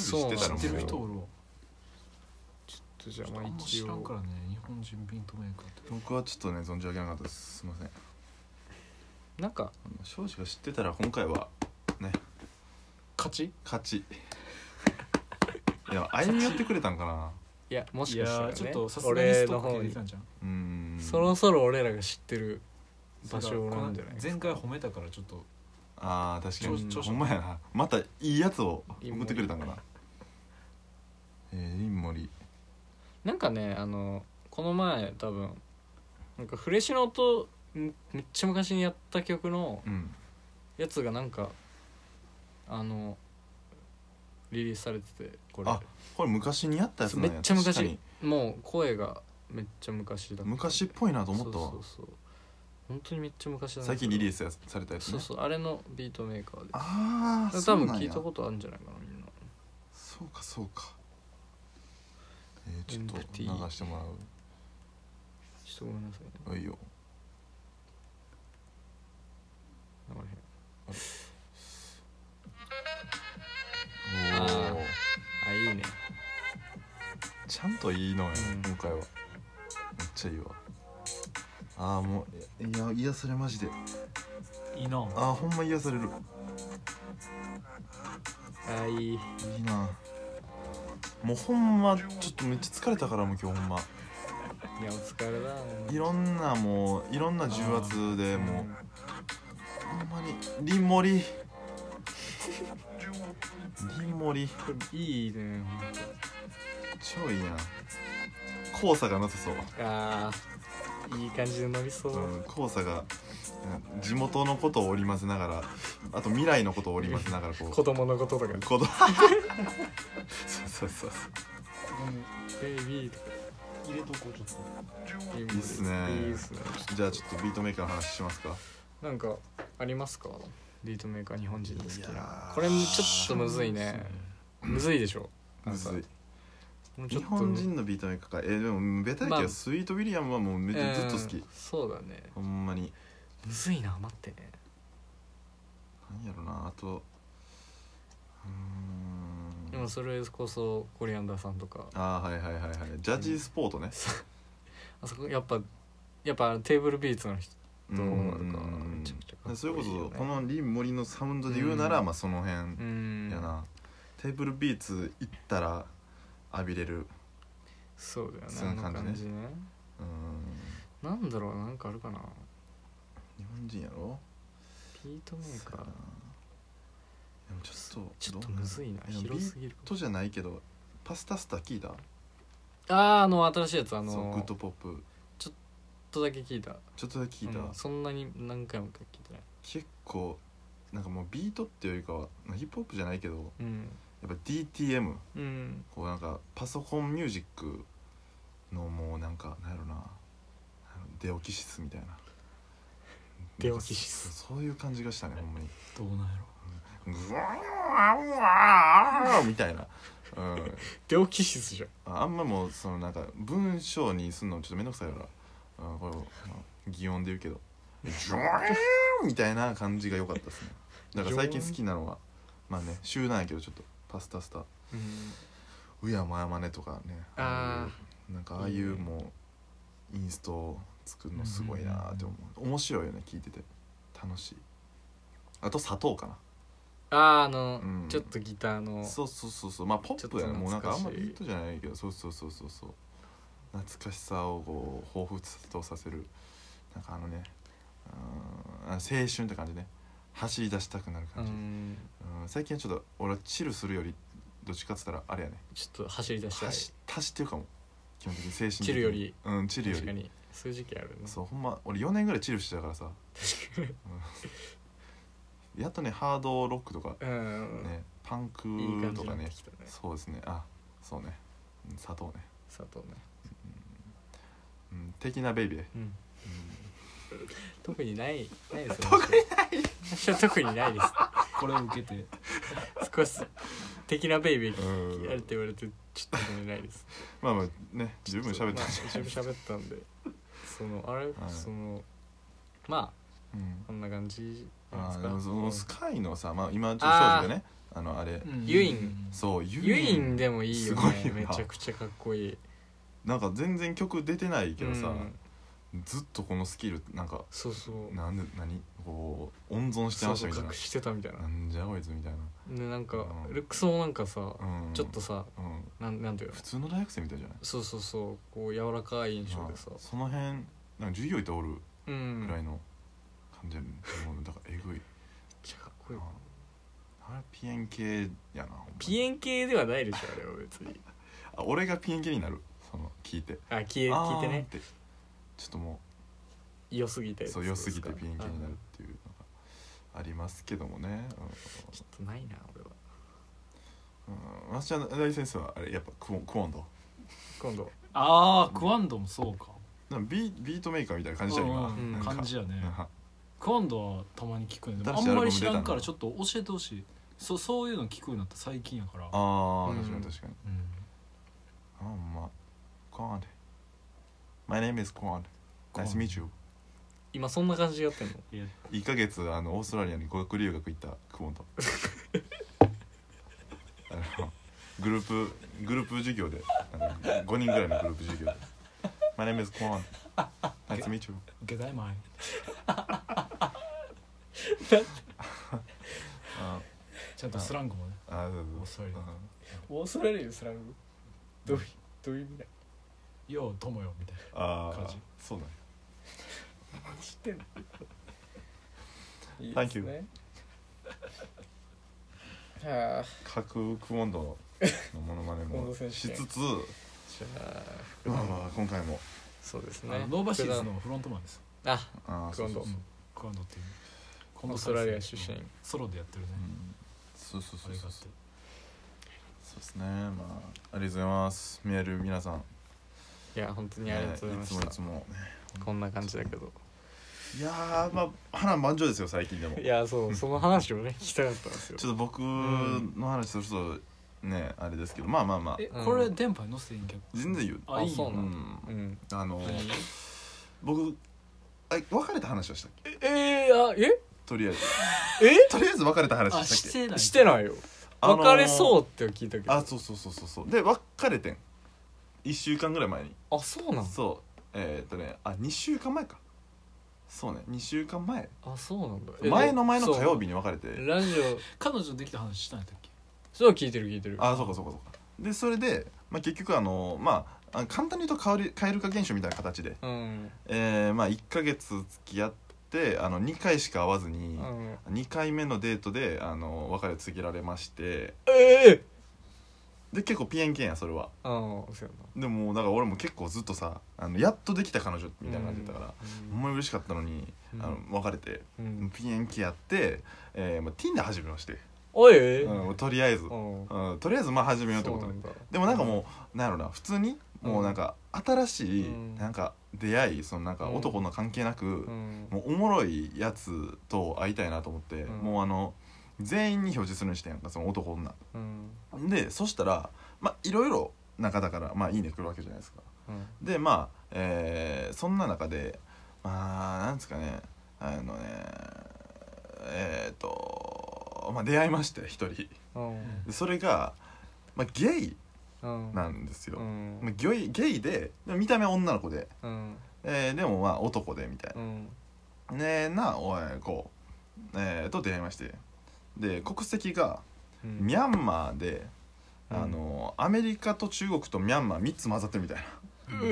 S1: 正直
S2: だ
S1: 知
S2: か
S1: っ
S3: 知
S2: らもう
S3: っててる
S1: たらも
S3: 人お
S1: う
S3: るわ
S2: ちょっとじゃ
S3: ちょっ
S2: あま
S3: と
S2: あ
S3: あんま知
S2: 一
S3: らん
S2: 応
S3: からね日本人ビートメーカーって
S1: 僕はちょっとね存じ上げなかったですすいません
S2: なんか
S1: あの庄司が知ってたら今回は
S3: 勝ち
S1: 勝 ちいや歩み寄ってくれたんかない
S2: やもし
S3: い
S2: か
S3: や
S2: したら、
S3: ー
S2: ね、
S3: ちょっとさすがに
S2: 俺
S3: スト
S2: の
S3: ック
S2: 方
S3: 入れて
S2: に
S3: たんじゃん
S1: うーん
S2: そろそろ俺らが知ってる場所
S3: この
S2: なんじゃないですか
S3: 前回褒めたからちょっと
S1: あー確かに
S2: 調子調子
S1: ほんまやなまたいいやつを送ってくれたんかなえー、インモリ
S2: なんかねあのこの前多分なんかフレシノとんめっちゃ昔にやった曲の
S1: うん
S2: やつがなんかあのリリースされててこ
S1: あ
S2: れ
S1: これ昔にやったやつ
S2: め
S1: なんや
S2: っちゃ
S1: 確か
S2: 昔
S1: に
S2: もう声がめっちゃ昔だ
S1: 昔っぽいなと思ったわ
S2: そうそうそう本当にめっちゃ昔だね
S1: 最近リリー
S2: ス
S1: スやされたやつね
S2: そうそうあれのビートメーカーで
S1: ああ
S2: 多分聞いたことあるんじゃないかなみんな
S1: そうかそうかえー、ちょっと
S2: MT
S1: 流してもら
S2: ちょっとごめんなさいね
S1: ういいよ
S2: 流れへん
S1: おー
S2: ああいいね
S1: ちゃんといいのや、ね
S2: うん
S1: 今回はめっちゃいいわああもういや癒されマジで
S3: いいな
S1: ああほんま癒される
S2: あいい
S1: いいなもうほんまちょっとめっちゃ疲れたからもう今日ほんま
S2: いやお疲れだ
S1: いろんなもういろんな重圧でもうほんまにリンモリリンモリ
S2: これいいね
S1: 超いいやん交差がなさそう
S2: あーいい感じで伸びそう、
S1: うん黄砂がうん地元のことを織り交ぜながらあと未来のことを織り交ぜながらこう
S2: 子供のこととか
S1: 子 供そうそうそうそ
S2: 「ベイビー」とか
S3: 入れとこうちょっと
S2: い
S1: い
S2: い
S1: いっすね
S2: いいっすね
S1: うじゃあちょっとビートメーカーの話しますか
S2: なんかありますかビートメーカー日本人の好き
S1: いや
S2: な
S1: ー
S2: これもちょっとむずいねむずいでしょ
S1: むずい
S2: もうちょ
S1: 日
S2: っと
S1: 本人のビートメーカーかえーでもベタやけ
S2: ま
S1: ど
S2: あ
S1: スイート・ウィリアムはもうめっちゃずっと好き、
S2: うんそうだね
S1: ほんまに
S2: むずいな待ってね
S1: 何やろなあとうーん
S2: でうん、それこそコリアンダーさんとか
S1: ああはいはいはいはいジャージースポートね
S2: あそこやっぱやっぱテーブルビーツの人
S1: う
S2: とか
S1: んうんう
S2: がめ
S1: ん
S2: ちゃくちゃか
S1: うん
S2: っ
S1: それ
S2: こ
S1: こ
S2: いいよ
S1: そ
S2: ね
S1: このリン・モリのサウンドで言うなら、
S2: うん
S1: まあその辺
S2: うん
S1: やなテーブルビーツ行ったら浴びれる
S2: そうだよね
S1: そんな
S2: あの
S1: 感
S2: 感
S1: じ
S2: じね
S1: うん
S2: なんだろうなんかあるかな
S1: 日本人やろ
S2: ピートメーカー
S1: そうやなでもちょっと
S2: ちょ
S1: ど
S2: っと
S1: うな
S2: む
S1: ん
S2: ずいな
S1: でも
S2: 広すぎる
S1: ビートじゃないけどパスタスタ聞いた
S2: あああの新しいやつあ
S1: あ
S2: のち
S1: のグッド
S2: ょっ
S1: ポップ
S2: とだけ聞いた
S1: ちょっとだけ聞いた、
S2: うんそんなに何回も聞いてない
S1: 結構なんかもうビートっていうよりかはまあヒップホップじゃないけど
S2: うん
S1: やっぱ DTM
S2: うん
S1: こうなんかパソコンミュージックのもうなんかなんやろななんやろデオキシスみたいな
S2: デオキシス
S1: なんかそそういう感じがしたねほんまに
S3: どうなんやろ
S1: うわーうわーうわーみたいな、うん、
S2: 病気質じゃん
S1: ああんまもうそのなんか文章にすんのちょっとめんどくさいから、うん、これを、まあ擬音で言うけど「ジョーン!」みたいな感じが良かったですねだから最近好きなのはまあね集団やけどちょっとパスタスタ
S2: うん
S1: 「うやまやまね」とかね
S2: あ
S1: あいうなんかああいうもうインスト作るのすごいなーって思う面白いよね聞いてて楽しいあと砂糖かな
S2: あーあの、
S1: うん
S2: ちょっとギターの
S1: そうそうそうそうまあポップやね
S2: ちょっと
S1: もうなんかあんま
S2: 懐かし
S1: ビー
S2: い
S1: トじゃないけどそうそうそうそうそう懐かしさをこう彷彿とさせるなんかあのねうーんあ青春って感じね走り出したくなる
S2: う
S1: 感じ、うん
S2: ん
S1: 最近はちょっと俺はチルするよりどっちかっつったらあれやね
S2: ちょっと走り出したい
S1: 走走ってるかも基本的に精神的に
S2: チルより
S1: うんチルよ
S2: 確か
S1: り
S2: にそういう時期あるね
S1: そうほんま俺4年ぐらいチルしてたからさ
S2: 確か
S1: やっとねハードロックとか
S2: にうん、
S1: ねパンク
S2: いい感じ
S1: と
S2: に
S1: か
S2: なっ
S1: ね
S2: てきたね
S1: そうですねあそうねうん砂糖ね
S2: 佐藤ね、
S1: うん、的なベイビーね、
S2: うん、
S1: うん
S2: 特にないないです特にない私は特にないで
S3: これを受けて
S2: す少し的なベイビー
S1: うん
S2: やるって言われてちょっと特にないです
S1: まあまあね十分喋ったんじゃない
S2: ちょっとまあ十分喋ったんでそのあれ、
S1: い
S2: そのま
S1: うん
S2: あこんな感じなん
S1: あ
S2: です
S1: ー
S2: か
S1: でもそのスカイのさ、まあ、今ちょっと
S2: あー
S1: 正直ねあのあれ
S2: ユイン
S1: そうユ
S2: ユインでもいいよね
S1: すごいよな
S2: めちゃくちゃかっこいい
S1: なんか全然曲出てないけどさ
S2: う、ん
S1: ずっとこのスキルなんか
S2: そうそう
S1: なんで何こう温存して
S2: そ
S1: ま
S2: う
S1: した
S2: そ
S1: み
S2: う
S1: たいな
S2: 隠してたみたいな
S1: なんじゃこいつみたいな、
S2: でなんか
S1: うん
S2: ルックスもなんかさ
S1: うん、
S2: ちょっと、さ
S1: うん、
S2: なんなんていうの
S1: 普通の大学生みたいじゃない
S2: そうそうそうこう柔らかい印象でさ
S1: まあその辺なんか授業行っておる
S2: う
S1: ぐ
S2: ん
S1: ら
S2: め
S1: い
S2: っ
S1: の感じやね、うん、だからえぐい
S2: ちゃかっこいい
S1: あれピエン系やなほんまに
S2: ピエン系ではないでしょあれは 別に
S1: あ俺がピエン系になるその聞いて
S2: あ聞い聞いて
S1: あーっ
S2: ね
S1: てちょっとも
S2: 良すぎて
S1: うそう良すぎてピエン系になるっ
S2: あ
S1: ていうのがありますけどもね
S2: ちょっとないな俺は
S1: うん、うん、私は大先生はあれやっぱクオンクオンド
S2: 今度
S3: ああクワンドもそうか
S1: なんかビビートメーカーみたいな感じだよ今、
S3: うん
S2: うん
S1: なんか
S3: 感じやね
S1: なんか
S3: クワンドはたまに聞くねでもあ
S1: 新しい
S3: ん
S1: アルバ
S3: ま
S1: ム
S3: り
S1: 出
S3: 知
S1: たの
S3: らんからちょっと教えてほしいそうそういうの聞くようになった最近やから
S1: あー、
S2: うん
S1: 確かに確かに
S3: うん
S1: あほんまクオンド My name is クオンド Nice to meet you
S2: 今そんな感じでやってんの
S3: いや
S1: 1ヶ月あのオーストラリアに語学留学行った久 保とあのグループグループ授業でなんか5人ぐらいのグループ授業で「My name is 久保 Nice to meet you
S3: 下大前」
S1: あ
S3: ちゃんとスラングもね
S1: あそう
S3: オースト
S1: そう
S3: ラリア
S1: うん
S2: オーストラリアでスラムどういうどういう意味だ
S3: 「よう友よ」みたい
S1: あ
S3: 感
S1: あ
S3: じ
S1: そうだね
S2: 知って んのいい
S1: Thank you
S2: はあ
S1: 各久保とのモノマネ
S2: 久
S1: も
S2: 保選手
S1: し
S2: 権
S1: つつ
S2: じゃあ
S1: まあまあ今回も
S2: そうです
S3: なあ
S2: ね
S3: のノーバシーズのフロントマンです
S2: あ
S1: ああそうそう
S2: 久保
S1: そう
S3: クワンドっていう
S2: オーストラリア出身
S3: ソロでやってるね
S1: うんそうそう
S3: あ
S1: そう
S3: れ
S1: そ
S3: が
S1: う
S3: あって
S1: そうですねまあありがとうございますメール皆さん
S2: いや本当にありがとうございまし
S1: ねい
S2: た
S1: つもいつも
S2: こんな感じだけど
S1: いやーまあ波乱万丈ですよ最近でも
S2: いやそうその話をね聞きたかったんですよ
S1: ちょっと僕の話するとねあれですけどまあまあまあ
S3: え
S2: うん
S3: これ電波に載せていいんけど
S1: 全然言う
S3: あいい
S2: そう
S1: う
S2: なの
S1: ん
S2: うん
S1: あの
S3: 何
S1: 僕あ別れた話をしたっけ
S2: ええあえ
S1: とりあえず
S2: え
S1: とりあえず別れた話
S3: あ
S1: した
S3: し
S1: っけ
S3: てない
S2: してないよ
S1: あのー
S2: 別れそうって聞いたけど
S1: あそうそうそうそうそうで別れてん1週間ぐらい前に
S2: あそうなん
S1: そうえーっとねあ2週間前かそうね2週間前
S2: あそうなんだ
S1: 前の前の火曜
S2: 日
S1: 日に別れて
S2: ラジオ
S3: 彼女できた話したんやったっけ
S2: それは聞いてる聞いてる
S1: あそうかそうかそうかでそれで、まあ、結局あのまああ簡単に言うと変わり変える化現象みたいな形で、
S2: うん
S1: えーまあ、1ヶ月付き合ってあの2回しか会わず
S2: う
S1: に、
S2: ん
S1: 2回目のデートであの別れを告げられまして
S2: ええ
S1: で結構ピエンケンやそれは
S2: ああそうや
S1: でもだから俺も結構ずっとさあのやっとできた彼女みたいな感じだったから、
S2: な
S1: ほんまに嬉しかったのに、
S2: うん
S1: あの別れて
S2: うんうん
S1: ピエンケンやって、えーまあ、Tinder 始めまして、
S2: おい
S1: うんもうとりあえず、
S2: うん
S1: うん、とりあえずまあ始めようってことで
S2: そうなんだ
S1: でもなんかもうなんやろな普通にもうなんか新しい、
S2: うん
S1: なんか出会いそのなんか
S2: うん
S1: 男の関係なく、
S2: うん
S1: もうおもろいやつと会いたいなと思って、
S2: うん
S1: もうあの全員に表示するにしてんやんかその男女
S2: うん
S1: でそしたらまあいろいろ中だからまあいいね来るわけじゃないですか
S2: うん
S1: でまあ、えーそんな中でまあなんですかねあのねえっ、とまあ出会いまして一人
S2: うん
S1: でそれが、まあ、ゲイ
S2: うん
S1: なんですよ、
S2: うん
S1: まあ、ゲイゲイででも見た目は女の子で、
S2: うん
S1: えーでもまあ男でみたいな
S2: うん
S1: ねえなおいこう、えーと出会いましてで国籍が
S2: うん
S1: ミャンマーで、
S2: うん
S1: あのアメリカと中国とミャンマー3つ混ざってるみたい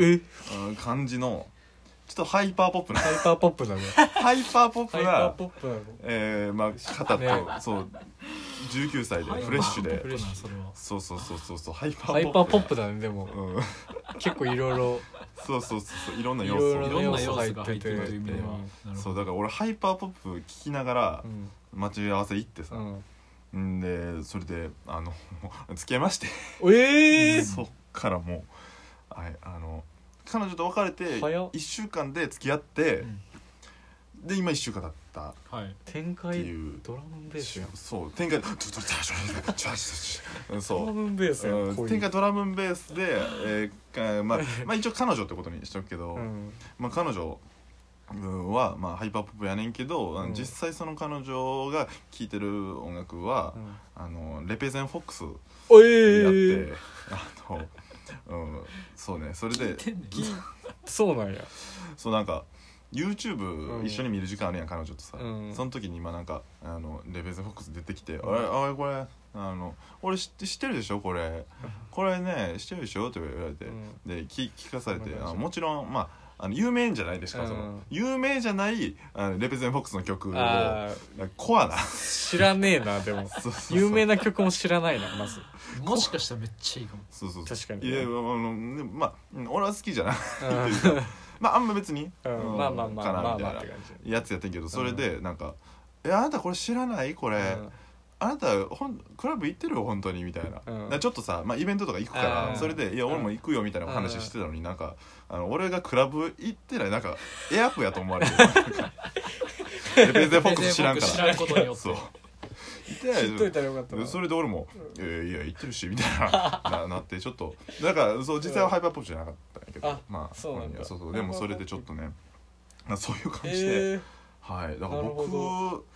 S2: え
S1: な、うん感じのちょっとハイパーポップな
S2: ハイパーポップだね
S1: ハイパーポッ
S2: ハ
S1: プ
S2: イパー
S1: な
S2: ポップだね
S1: えーまあ、方と、
S2: ね
S1: そう19歳で
S3: ハイパー
S1: フレッシュ
S3: ポ
S1: で
S3: ップなそれは
S1: そうそうそうそうそうハイパ
S2: ハ
S1: ー
S2: イパー
S1: ポッ
S2: ポ
S1: プ
S2: ップだねでも
S1: うん、
S2: 結構いろいろ
S1: そうそうそうそういろんない要
S2: ろ
S1: 素
S3: い
S2: い
S3: ろ
S2: ろ
S3: んな
S2: な
S3: 要
S2: 要
S3: 素
S2: 素
S3: が
S2: が
S3: 入
S2: 入
S3: っ
S2: ってて
S3: る
S2: る
S3: という意味ではなる
S1: そ
S3: ほ
S1: う
S3: ど
S1: だから俺ハイパーポップ聞きながら
S2: うん
S1: 待ち合わせ行ってさ、
S2: うん
S1: んでそれであの付き合いまして
S2: ええ
S1: そっからもうはいあの彼女と別れて
S2: 早っ
S1: 1週間で付き合って
S3: うん
S1: で今1週間だったっ
S3: はい
S2: 展
S1: て
S2: 開
S1: いう
S2: ドラムベースやん
S1: そう展開うん
S2: ドラ
S1: そ
S2: ムベー
S1: う
S2: スやん
S1: うん展開ドラムベースで、えーかまあ、まあ一応彼女ってことにしとくけど、
S2: うん
S1: まあ、彼女うんは、まあ、ハイパーポップやねんけど、あの
S2: うん
S1: 実際その彼女が聴いてる音楽は、あのレペゼンフォックス
S2: お
S1: やって、
S2: ええ
S1: あの、うん、そうねそれで
S3: てんねん
S2: そうなんや
S1: そうなんか
S2: う
S1: YouTube
S2: ん
S1: 一緒に見る時間あるやん彼女とさ、
S2: うん
S1: その時に今なんかあのレベルズフォックス出てきて「あ
S2: ん
S1: れあれこれあの俺知って知ってるでしょこれこれね知ってるでしょ?」って言われて、
S2: うん
S1: で聞聞かされて
S2: わかりま
S1: あ
S2: した
S1: もちろんまああの有名じゃないですか、
S2: うん
S1: その有名じゃないあのレペゼンフォックスの曲を
S2: あー
S1: コアな
S2: 知らねえなでも
S1: そうそうそう
S2: 有名な曲も知らないなまず
S3: もしかしたらめっちゃいいかも
S1: そうそうそう
S2: 確かに
S1: いやあのねまあうん俺は好きじゃない
S2: うん
S1: まああんま別に、
S2: うん
S1: うん
S2: まあまあまあ
S1: かな
S2: まあ
S1: み
S2: ま
S1: たい
S2: あ
S1: な
S2: って感じ
S1: やつやってんけどそれでなんか「えあなたこれ知らないこれ、
S2: うん
S1: あなたほんクラブ行ってるよ本当に」みたいな、
S2: うん
S1: だからちょっとさ、まあ、イベントとか行くか
S2: あ
S1: ら
S2: ー
S1: それで「いや
S2: うん
S1: 俺も行くよ」みたいなお話してたのになんかあの俺がクラブ行ってないなん かエアップやと思われてるなんかレペゼンフォックス知らんか
S3: 知
S1: ら
S3: らんことによっ
S1: そう
S3: て
S1: 行ってない
S2: 知っといたらよかったな
S1: それで俺も「いやいや行ってるし」みたい なななってちょっとだからそう実際はハイパーポップじゃなかったんやけど、
S2: あ
S1: まあ
S2: そうなんだ
S1: 本人はそうそうでもそれでちょっとねなそういう感じで、
S2: ええ
S1: はいだから
S2: なるほ
S1: 僕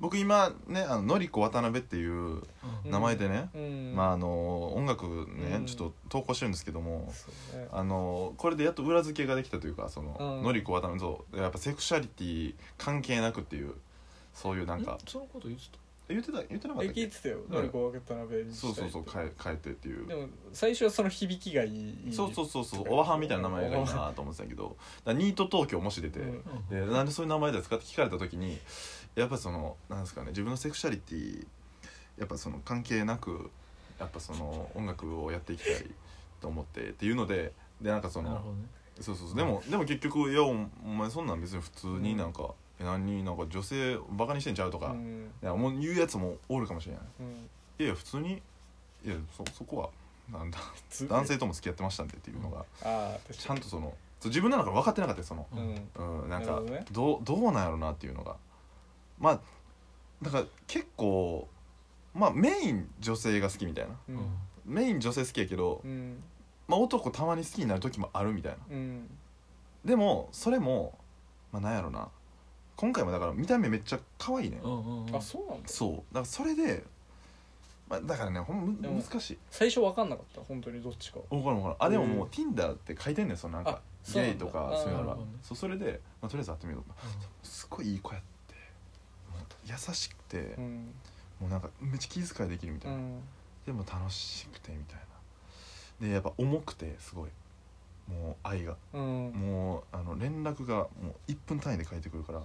S1: 僕今ねあののりこ渡辺っていう
S3: うん
S1: 名前でね、
S2: うん
S1: まああの音楽ね、
S2: うん
S1: ちょっと投稿してるんですけども
S2: そうね
S1: あのこれでやっと裏付けができたというかその、
S2: うん
S1: のりこ渡辺そうやっぱセクシャリティ関係なくっていうそういうなんか
S3: んそのこと言ってた
S1: え言ってた言ってなかっ
S2: え
S1: たっ
S2: 聞い
S1: け
S2: てたよのりこ分けた鍋に
S1: そうそうそう
S2: したい
S1: 変
S2: っ
S1: え変えてっていう
S2: てでも最初はその響きがいい
S1: そうそううそうそうおばはんみたいな名前がいいなと思ってたけどだからニート東京もし出て、
S2: うん
S3: う
S1: で
S3: ん
S1: なんでそういう名前ですかって聞かれた時にやっぱそのなんですかね自分のセクシャリティやっぱその関係なくやっぱその音楽をやっていきたいと思ってっていうのででなんかそ
S3: なるほ
S1: の
S3: どね
S1: そうそうそうでもでも結局いやおお前そんなん別に普通になんか、え何なんか女性バカにしてんちゃうとか、
S2: う
S1: い
S2: ん
S1: やもう言うやつもおるかもしれない
S2: うん
S1: いやいや普通にいやそそこはなん だ
S2: 普通
S1: 男性とも付き合ってましたんでっていうのが。
S2: ああ確
S1: ち
S2: か
S1: ゃんとそのそう自分の中で分かってなかったよその、
S2: にうん
S1: うん、なん
S2: な
S1: か
S2: るほどね
S1: どうどうなんやろなっていうのがまあだから結構まあメイン女性が好きみたいな
S2: う
S3: うん
S2: ん
S1: メイン女性好きやけど、
S2: うん
S1: まあ、男たまに好きになる時もあるみたいな
S2: うん
S1: でもそれもまあなんやろな今回もだから見た目めっちゃ可愛いね、
S3: うんうんうん
S2: あそうなんだ
S1: そうだからそれでまあ、だからねほん
S4: で
S1: む
S4: も
S1: 難しい
S4: 最初分かんなかった本当にどっちか
S1: 分からん分からんあでももう
S2: うん
S1: Tinder って書いてんねんそのなん
S4: あ
S1: か
S4: そうなん
S1: ゲ
S4: だ
S1: イとか
S4: あー
S1: そういうの
S3: な
S1: が
S3: るほどね
S1: そうそれで、まあ、とりあえず会ってみようとすごいいい子やってもう優しくて、
S4: うん、
S1: もうなんかめっちゃ気遣いできるみた
S4: う
S1: いな、
S4: ん、
S1: でも楽しくてみたいなでやっぱ重くてすごいもう愛が
S4: うん
S1: もうあの連絡がもう1分単位で返ってくるから
S4: うん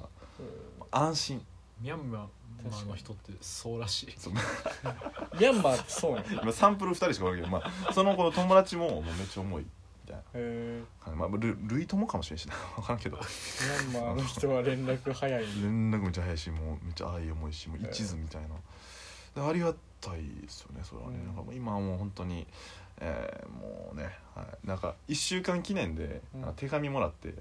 S1: 安心
S3: ミャンマ
S4: 確か
S3: ー
S4: に
S3: の人ってそうらしい
S1: そう
S4: ヤンマーってそうやんへ
S1: 今サンプル2人しかおらんけど、まあ、その子の友達ももうめっちゃ重いみたい
S4: え
S1: な、まあ、ル類友かもしれんしな分からんけど
S4: ヤンマーの 人は連絡早い
S1: 連絡めっちゃ早いしもうめっちゃ愛重いしもう一途みたいな、でありがたいですよねそれはね、
S4: うん
S1: なんかもう今はもう本当にえーもうね、はい、なんか1週間記念で、
S4: うん
S1: なんか手紙もらって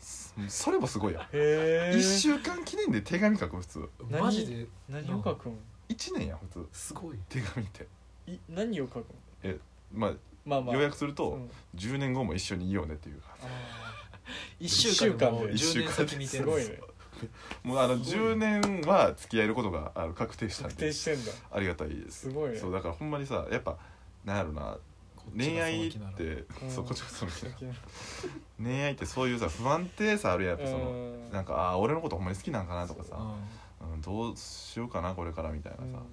S1: そそれもすごいや
S4: へえ
S1: 1週間記念で手紙書く普通
S4: 何
S3: マジで
S4: 何を書くん
S1: 1年や普通
S3: すごい
S1: 手紙って
S4: い何を書くん
S1: まあ、
S4: まあまあ
S1: 予約すると、
S4: うん
S1: 10年後も一緒にいようねっていう
S4: あ
S3: 1週間でもう
S4: 一
S1: 週間で
S3: 10年先見
S4: ー
S3: て
S4: す
S3: る
S4: ごいね
S1: もうあの
S3: すご
S1: 10年は付き合えることがあの確定したん
S4: 確定
S1: で
S4: してんだ
S1: ありがたいです
S4: すごいね
S1: そうだからほんまにさやっぱなんやろな
S3: こっちが
S1: 恋愛っ
S3: その気なら
S1: て
S4: うん
S1: そうこっちがその気なの恋愛ってそういうさ不安定さあるやんやっぱその
S4: うん
S1: なんかあー俺のことほんまに好きなんかなとかさ
S3: う、ん
S1: うん、どうしようかなこれからみたいな
S4: うんヤ
S1: さ、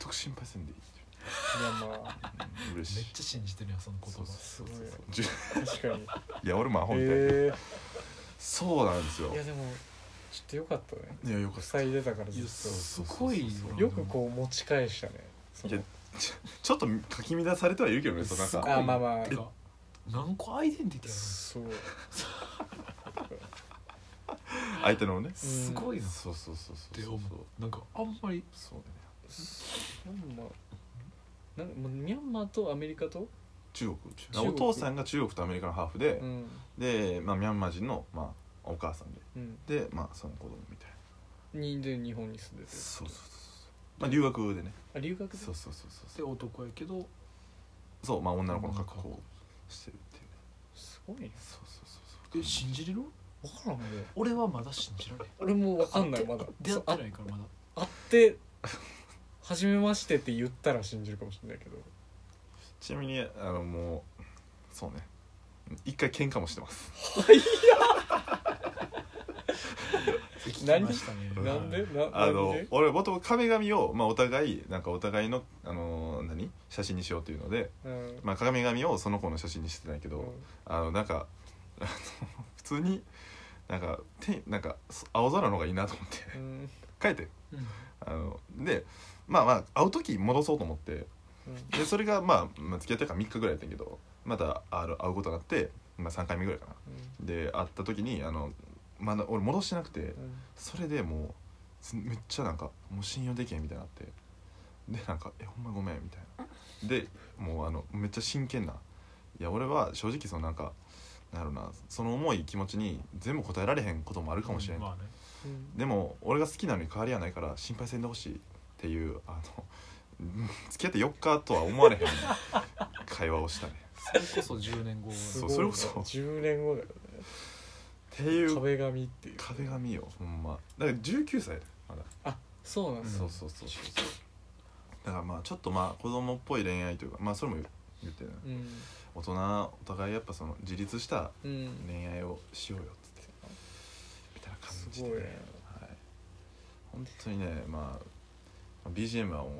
S1: 全く心配せんでいいってい
S4: ンマー
S1: う、うん、嬉
S3: めっ
S1: しい
S3: ちゃ信じてるやんその言
S1: そう
S3: 葉
S1: そうそう
S4: すごいね
S1: じゅ
S4: 確かに
S1: いや俺もアホみたいな、
S4: へ
S1: そうなんですよ
S4: えいやでもちょっとよかったね
S1: いやよかった
S4: 塞いでたからずっ
S1: そう
S3: す
S1: そうそう
S3: ごい
S1: そう
S4: とよくこう持ち返したねそ
S1: い
S4: の
S1: やちょちょっとかき乱されてはいるけどねそうなん
S3: すごい
S1: か
S4: あまあまあ
S3: てか何個アイデンティティあるの
S4: そう
S1: 相手のね
S3: すごいなっ
S1: そうそうそうそう
S3: て
S1: そ
S3: 思
S1: う
S3: うなんかあんまり
S1: そうね
S4: ミャンマーなんかもうミャンマーとアメリカと、
S1: 中
S4: 中
S1: 国
S4: 国
S1: お父さんが中国とアメリカのハーフで、
S4: うん
S1: で、まあ、ミャンマー人の、まあ、お母さんで
S4: うん、
S1: でまあその子供みたいな
S4: にで日本に住んでて
S1: そうそうそうそうまあ留学でね
S4: あ留学で
S1: そうそうそうそうそ
S3: で
S1: う
S3: 男やけど
S1: そうまあ女の子の格好をしてるっていうね
S4: すごいね
S1: そうそうそうそう
S3: え信じれる
S4: 分からんね
S3: 俺はまだ信じられん
S4: 俺も分かんないまだ
S3: 出会
S4: そう
S3: って
S4: あ
S3: ないからまだ
S4: 会って「初めまして」って言ったら信じるかもしれないけど
S1: ちなみにあのもうそうね一回喧嘩もしてます
S4: 何
S3: 聞きましたね
S4: なんでな
S1: あ
S4: なん
S1: の
S4: で
S1: 俺もともと壁紙を、まあ、お互いなんかお互いの、あの何写真にしようっていうので、
S4: うん
S1: まあ、鏡紙をその子の写真にしてないけど、
S4: うん
S1: あのなんかあの普通になんかてなんかそ青空の方がいいなと思って
S4: うん
S1: 帰って
S3: うん
S1: あのでまあまあ会う時戻そうと思って
S4: うん
S1: でそれがまあまあ付き合ってから3日ぐらいやったんやけどまたあの会うことになって、まあ、3回目ぐらいかなで会った時にあのまだ俺戻してなくて
S4: うん
S1: それでもうすめっちゃなんかもう信用できへんみたいになってでなんか「えほんまごめん」みたいなでもうあのめっちゃ真剣な「いや俺は正直そのなんかなんやろなその重い気持ちに全部答えられへんこともあるかもしれん、
S3: まあね
S4: うん
S1: でも俺が好きなのに変わりはないから心配せんでほしい」っていうあの 付き合って4日とは思われへん会話をしたね
S3: それこそ10年後
S4: す
S1: う
S4: ごい
S1: それ
S4: ね
S1: こそ
S4: 10年後だよね
S1: っていう
S4: 壁紙っていう
S1: 壁紙よほんまだから19歳だよまだ
S4: あそうなんだ
S1: そうそうそうそうだからまあちょっとまあ子供っぽい恋愛というかまあそれも言言ってるな
S4: うん
S1: 大人お互いやっぱその自立した
S4: うん
S1: 恋愛をしようよっつってみたいな感
S4: す
S1: じで、
S4: ごいね
S1: はい、本当にねまあ BGM はもう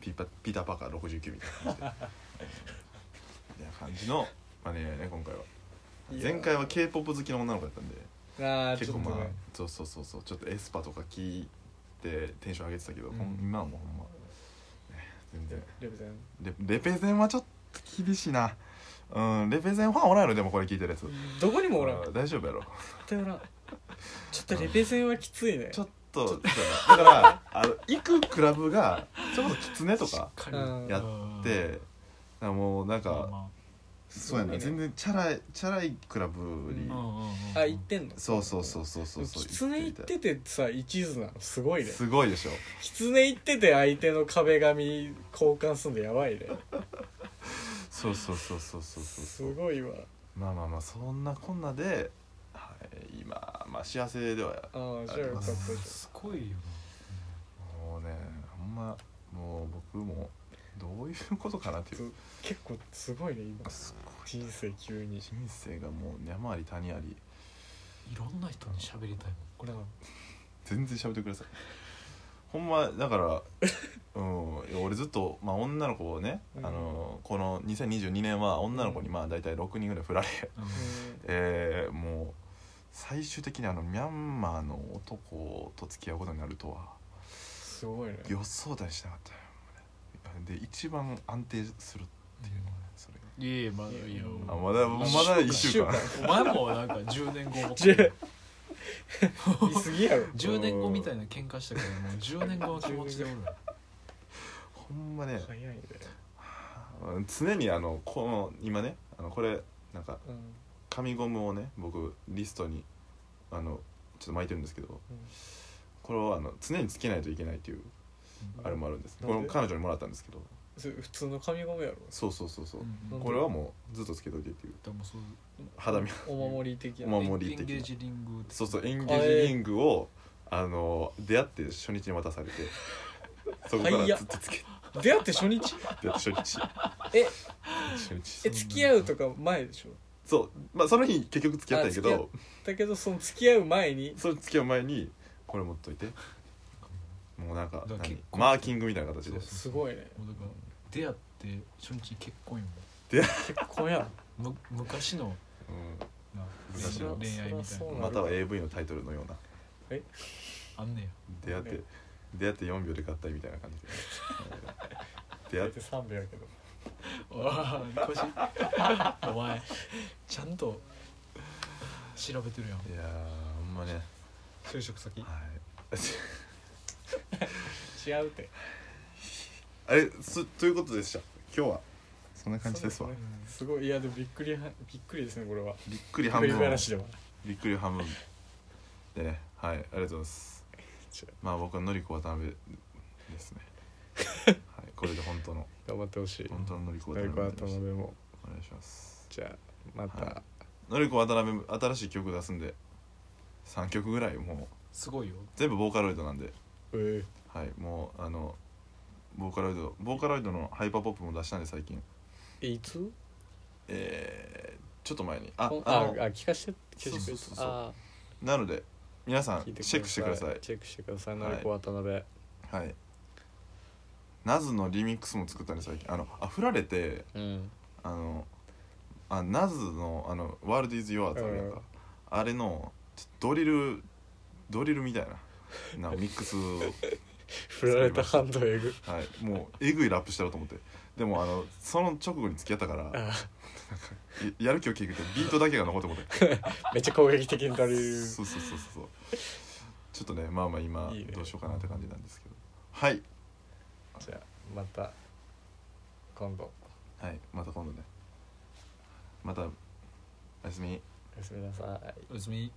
S1: ピーパピーター・パーカー69みたいな感じで みたいな感じの、まあ、恋愛ね今回はい
S4: やー
S1: 前回は k p o p 好きの女の子だったんで
S4: ああち
S1: 結
S4: ょ
S1: 構
S4: っと
S1: まあ
S4: ね
S1: そうそうそうそうちょっとエスパとか聞いてテンション上げてたけど、
S3: うん
S1: ほん今はもうほんま、ね、全然
S4: レブゼン
S1: レレペゼンはちょっと厳しいなうんレペゼンファンおらんやろでもこれ聞いてるやつ
S4: どこにもおらん
S1: う
S4: 絶
S1: ん大丈夫やろ
S4: 対おらんちょっとレペゼンはきついね
S1: ちょっとそうやなだからあの行くクラブがそれこそキツネとか
S3: しっか
S4: うん
S3: り
S1: やってだからもうなん
S3: まあ
S1: か
S3: ま
S1: そうやな
S4: すごい
S1: 全
S4: ね
S1: 然チャラいチャラいクラブに
S4: う
S3: あうんうんうん
S4: あ行ってんの
S1: そうそうそうそうそうそう
S4: キツネ行っててさ一途なのすごいね
S1: すごいでしょ
S4: キツネ行ってて相手の壁紙交換すんのやばいね
S1: そうそうそうそうそうそう
S4: すごいわ
S1: まあまあまあそんなこんなで、はい、今まあ幸せでは
S4: ああじゃあよかったじ
S1: あります
S4: ゃん
S3: すごいよ
S1: もうねほんまもう僕もどういうことかなっていう
S4: 結構すごいね今
S1: すごい
S4: 人生急に
S1: 人生がもう山あり谷あり
S3: いろんな人に喋りたいも
S4: これは
S1: 全然喋ってくださいほんまだからうんいや俺ずっと、まあ、女の子をね、
S4: うん
S1: あのこの2022年は女の子にまあ大体6人ぐらい振られ、
S3: ん、
S1: えーもう最終的にあのミャンマーの男と付き合うことになるとは
S4: すごいね
S1: 予想だにしなかったよほんでで一番安定するっていうのがねそれ
S3: いえいえまだ
S4: いや
S3: いや
S4: うん
S1: があまだまだ1週間
S3: お前もなんか10年後 も
S4: 10言い過ぎやろ
S3: 10年後みたいな喧嘩したからもう10年後の気持ちでおるわ
S1: ほんまね
S4: 早いね
S1: うん常にあのこの今ねあのこれなんか
S4: うん
S1: 紙ゴムをね僕リストにあのちょっと巻いてるんですけどこれをあの常につけないといけないっていう
S4: うん
S1: あれもあるんです、
S4: なんで
S1: この彼女にもらったんですけど
S4: それ普通の紙ゴムやろ
S1: そうそうそうそう
S3: う、ん
S4: うん
S1: これはもうずっとつけといてっていう
S3: でもそう
S1: 肌身
S4: お守り的な
S1: お守り
S3: エン
S1: 的
S3: ゲー
S1: な
S3: ジリング
S1: そうそうエンゲージリングをあの出会って初日に渡されてそこからずっとつけて
S4: 出会って初日
S1: 出会って初日
S4: え
S1: 初日
S4: え付き合うとか前でしょ
S1: そうまあその日結局付き合ったんやけ
S4: あ
S1: ど
S4: だけどその付き合う前に
S1: その付き合う前にこれ持っといてもうなんか
S3: だから
S1: 何
S3: 結婚
S1: マーキングみたいな形で
S3: そう
S4: すごいね
S3: もうだから出会って初日に結婚よ
S4: 結婚やろ
S3: む昔の
S1: う
S3: な
S1: 昔の
S3: 恋愛みたい
S4: そ
S3: な
S4: うん
S1: または AV のタイトルのような
S3: あんねや
S1: 出会って出会って4秒で合体みたいな感 じで出会って
S4: 3秒やけど
S3: おい腰 お前ちゃんと調べてるやん
S1: いやーほんまね
S3: 就職先
S1: はい
S4: 違うって
S1: あれすということでした今日はそんな感じですわ
S4: そうねすごいいやでもびっくりはびっくりですねこれは
S1: びっくり
S4: びっ
S1: 半
S4: くり
S1: 分
S4: 話では
S1: びっくり半分でねはいありがとうございます
S4: ちょ
S1: まあ僕はのりこ渡辺ですねはいこれで本当の
S4: 頑張ってほしい
S1: 本当ののりこ渡
S4: 誰
S1: 辺
S4: か渡辺も
S1: お願いします
S4: じゃあま
S1: は
S4: た
S1: のりこ渡辺も新しい曲出すんで3曲ぐらいもう
S3: すごいよ
S1: 全部ボーカロイドなんで
S4: ええ
S1: はいもうあのボーカロイドボーカロイドのハイパーポップも出したんで最近
S4: えいつ
S1: えー、ちょっと前にあ
S4: ほん
S1: あ
S4: あ
S1: の
S4: あ聞かして聞かして
S1: そうそう
S4: くれ
S1: そう
S4: た
S1: そう
S4: あ
S1: なので皆さ
S4: あ
S1: ん
S4: 聞いてくださ
S1: チェッ
S4: い
S1: クしてください
S4: チェックしてください
S1: はい
S4: 成子渡辺
S1: はいナズのリミックスも作ったんで最近あのあ振られて
S4: うん
S1: あのあナズのあの「ワールド・イズ・ヨアーズ」あるやん
S4: う
S1: か
S4: ん
S1: あれのちょっとドリルドリルみたいななミックスを
S4: 振られたハンドエグ
S1: はい、もうえぐいラップしてろうと思ってでもあのその直後に付き合ったから
S4: あ
S1: ややる気を聞いててビートだけが残ってもうて
S4: めっちゃ攻撃的にドリル
S1: そうそうそうそうちょっとねまあまあ今
S4: いいね
S1: どうしようかなって感じなんですけどはい、
S4: じゃあまた今度
S1: はい、また今度ねまたおやすみ
S4: おやすみなさい
S3: おやすみ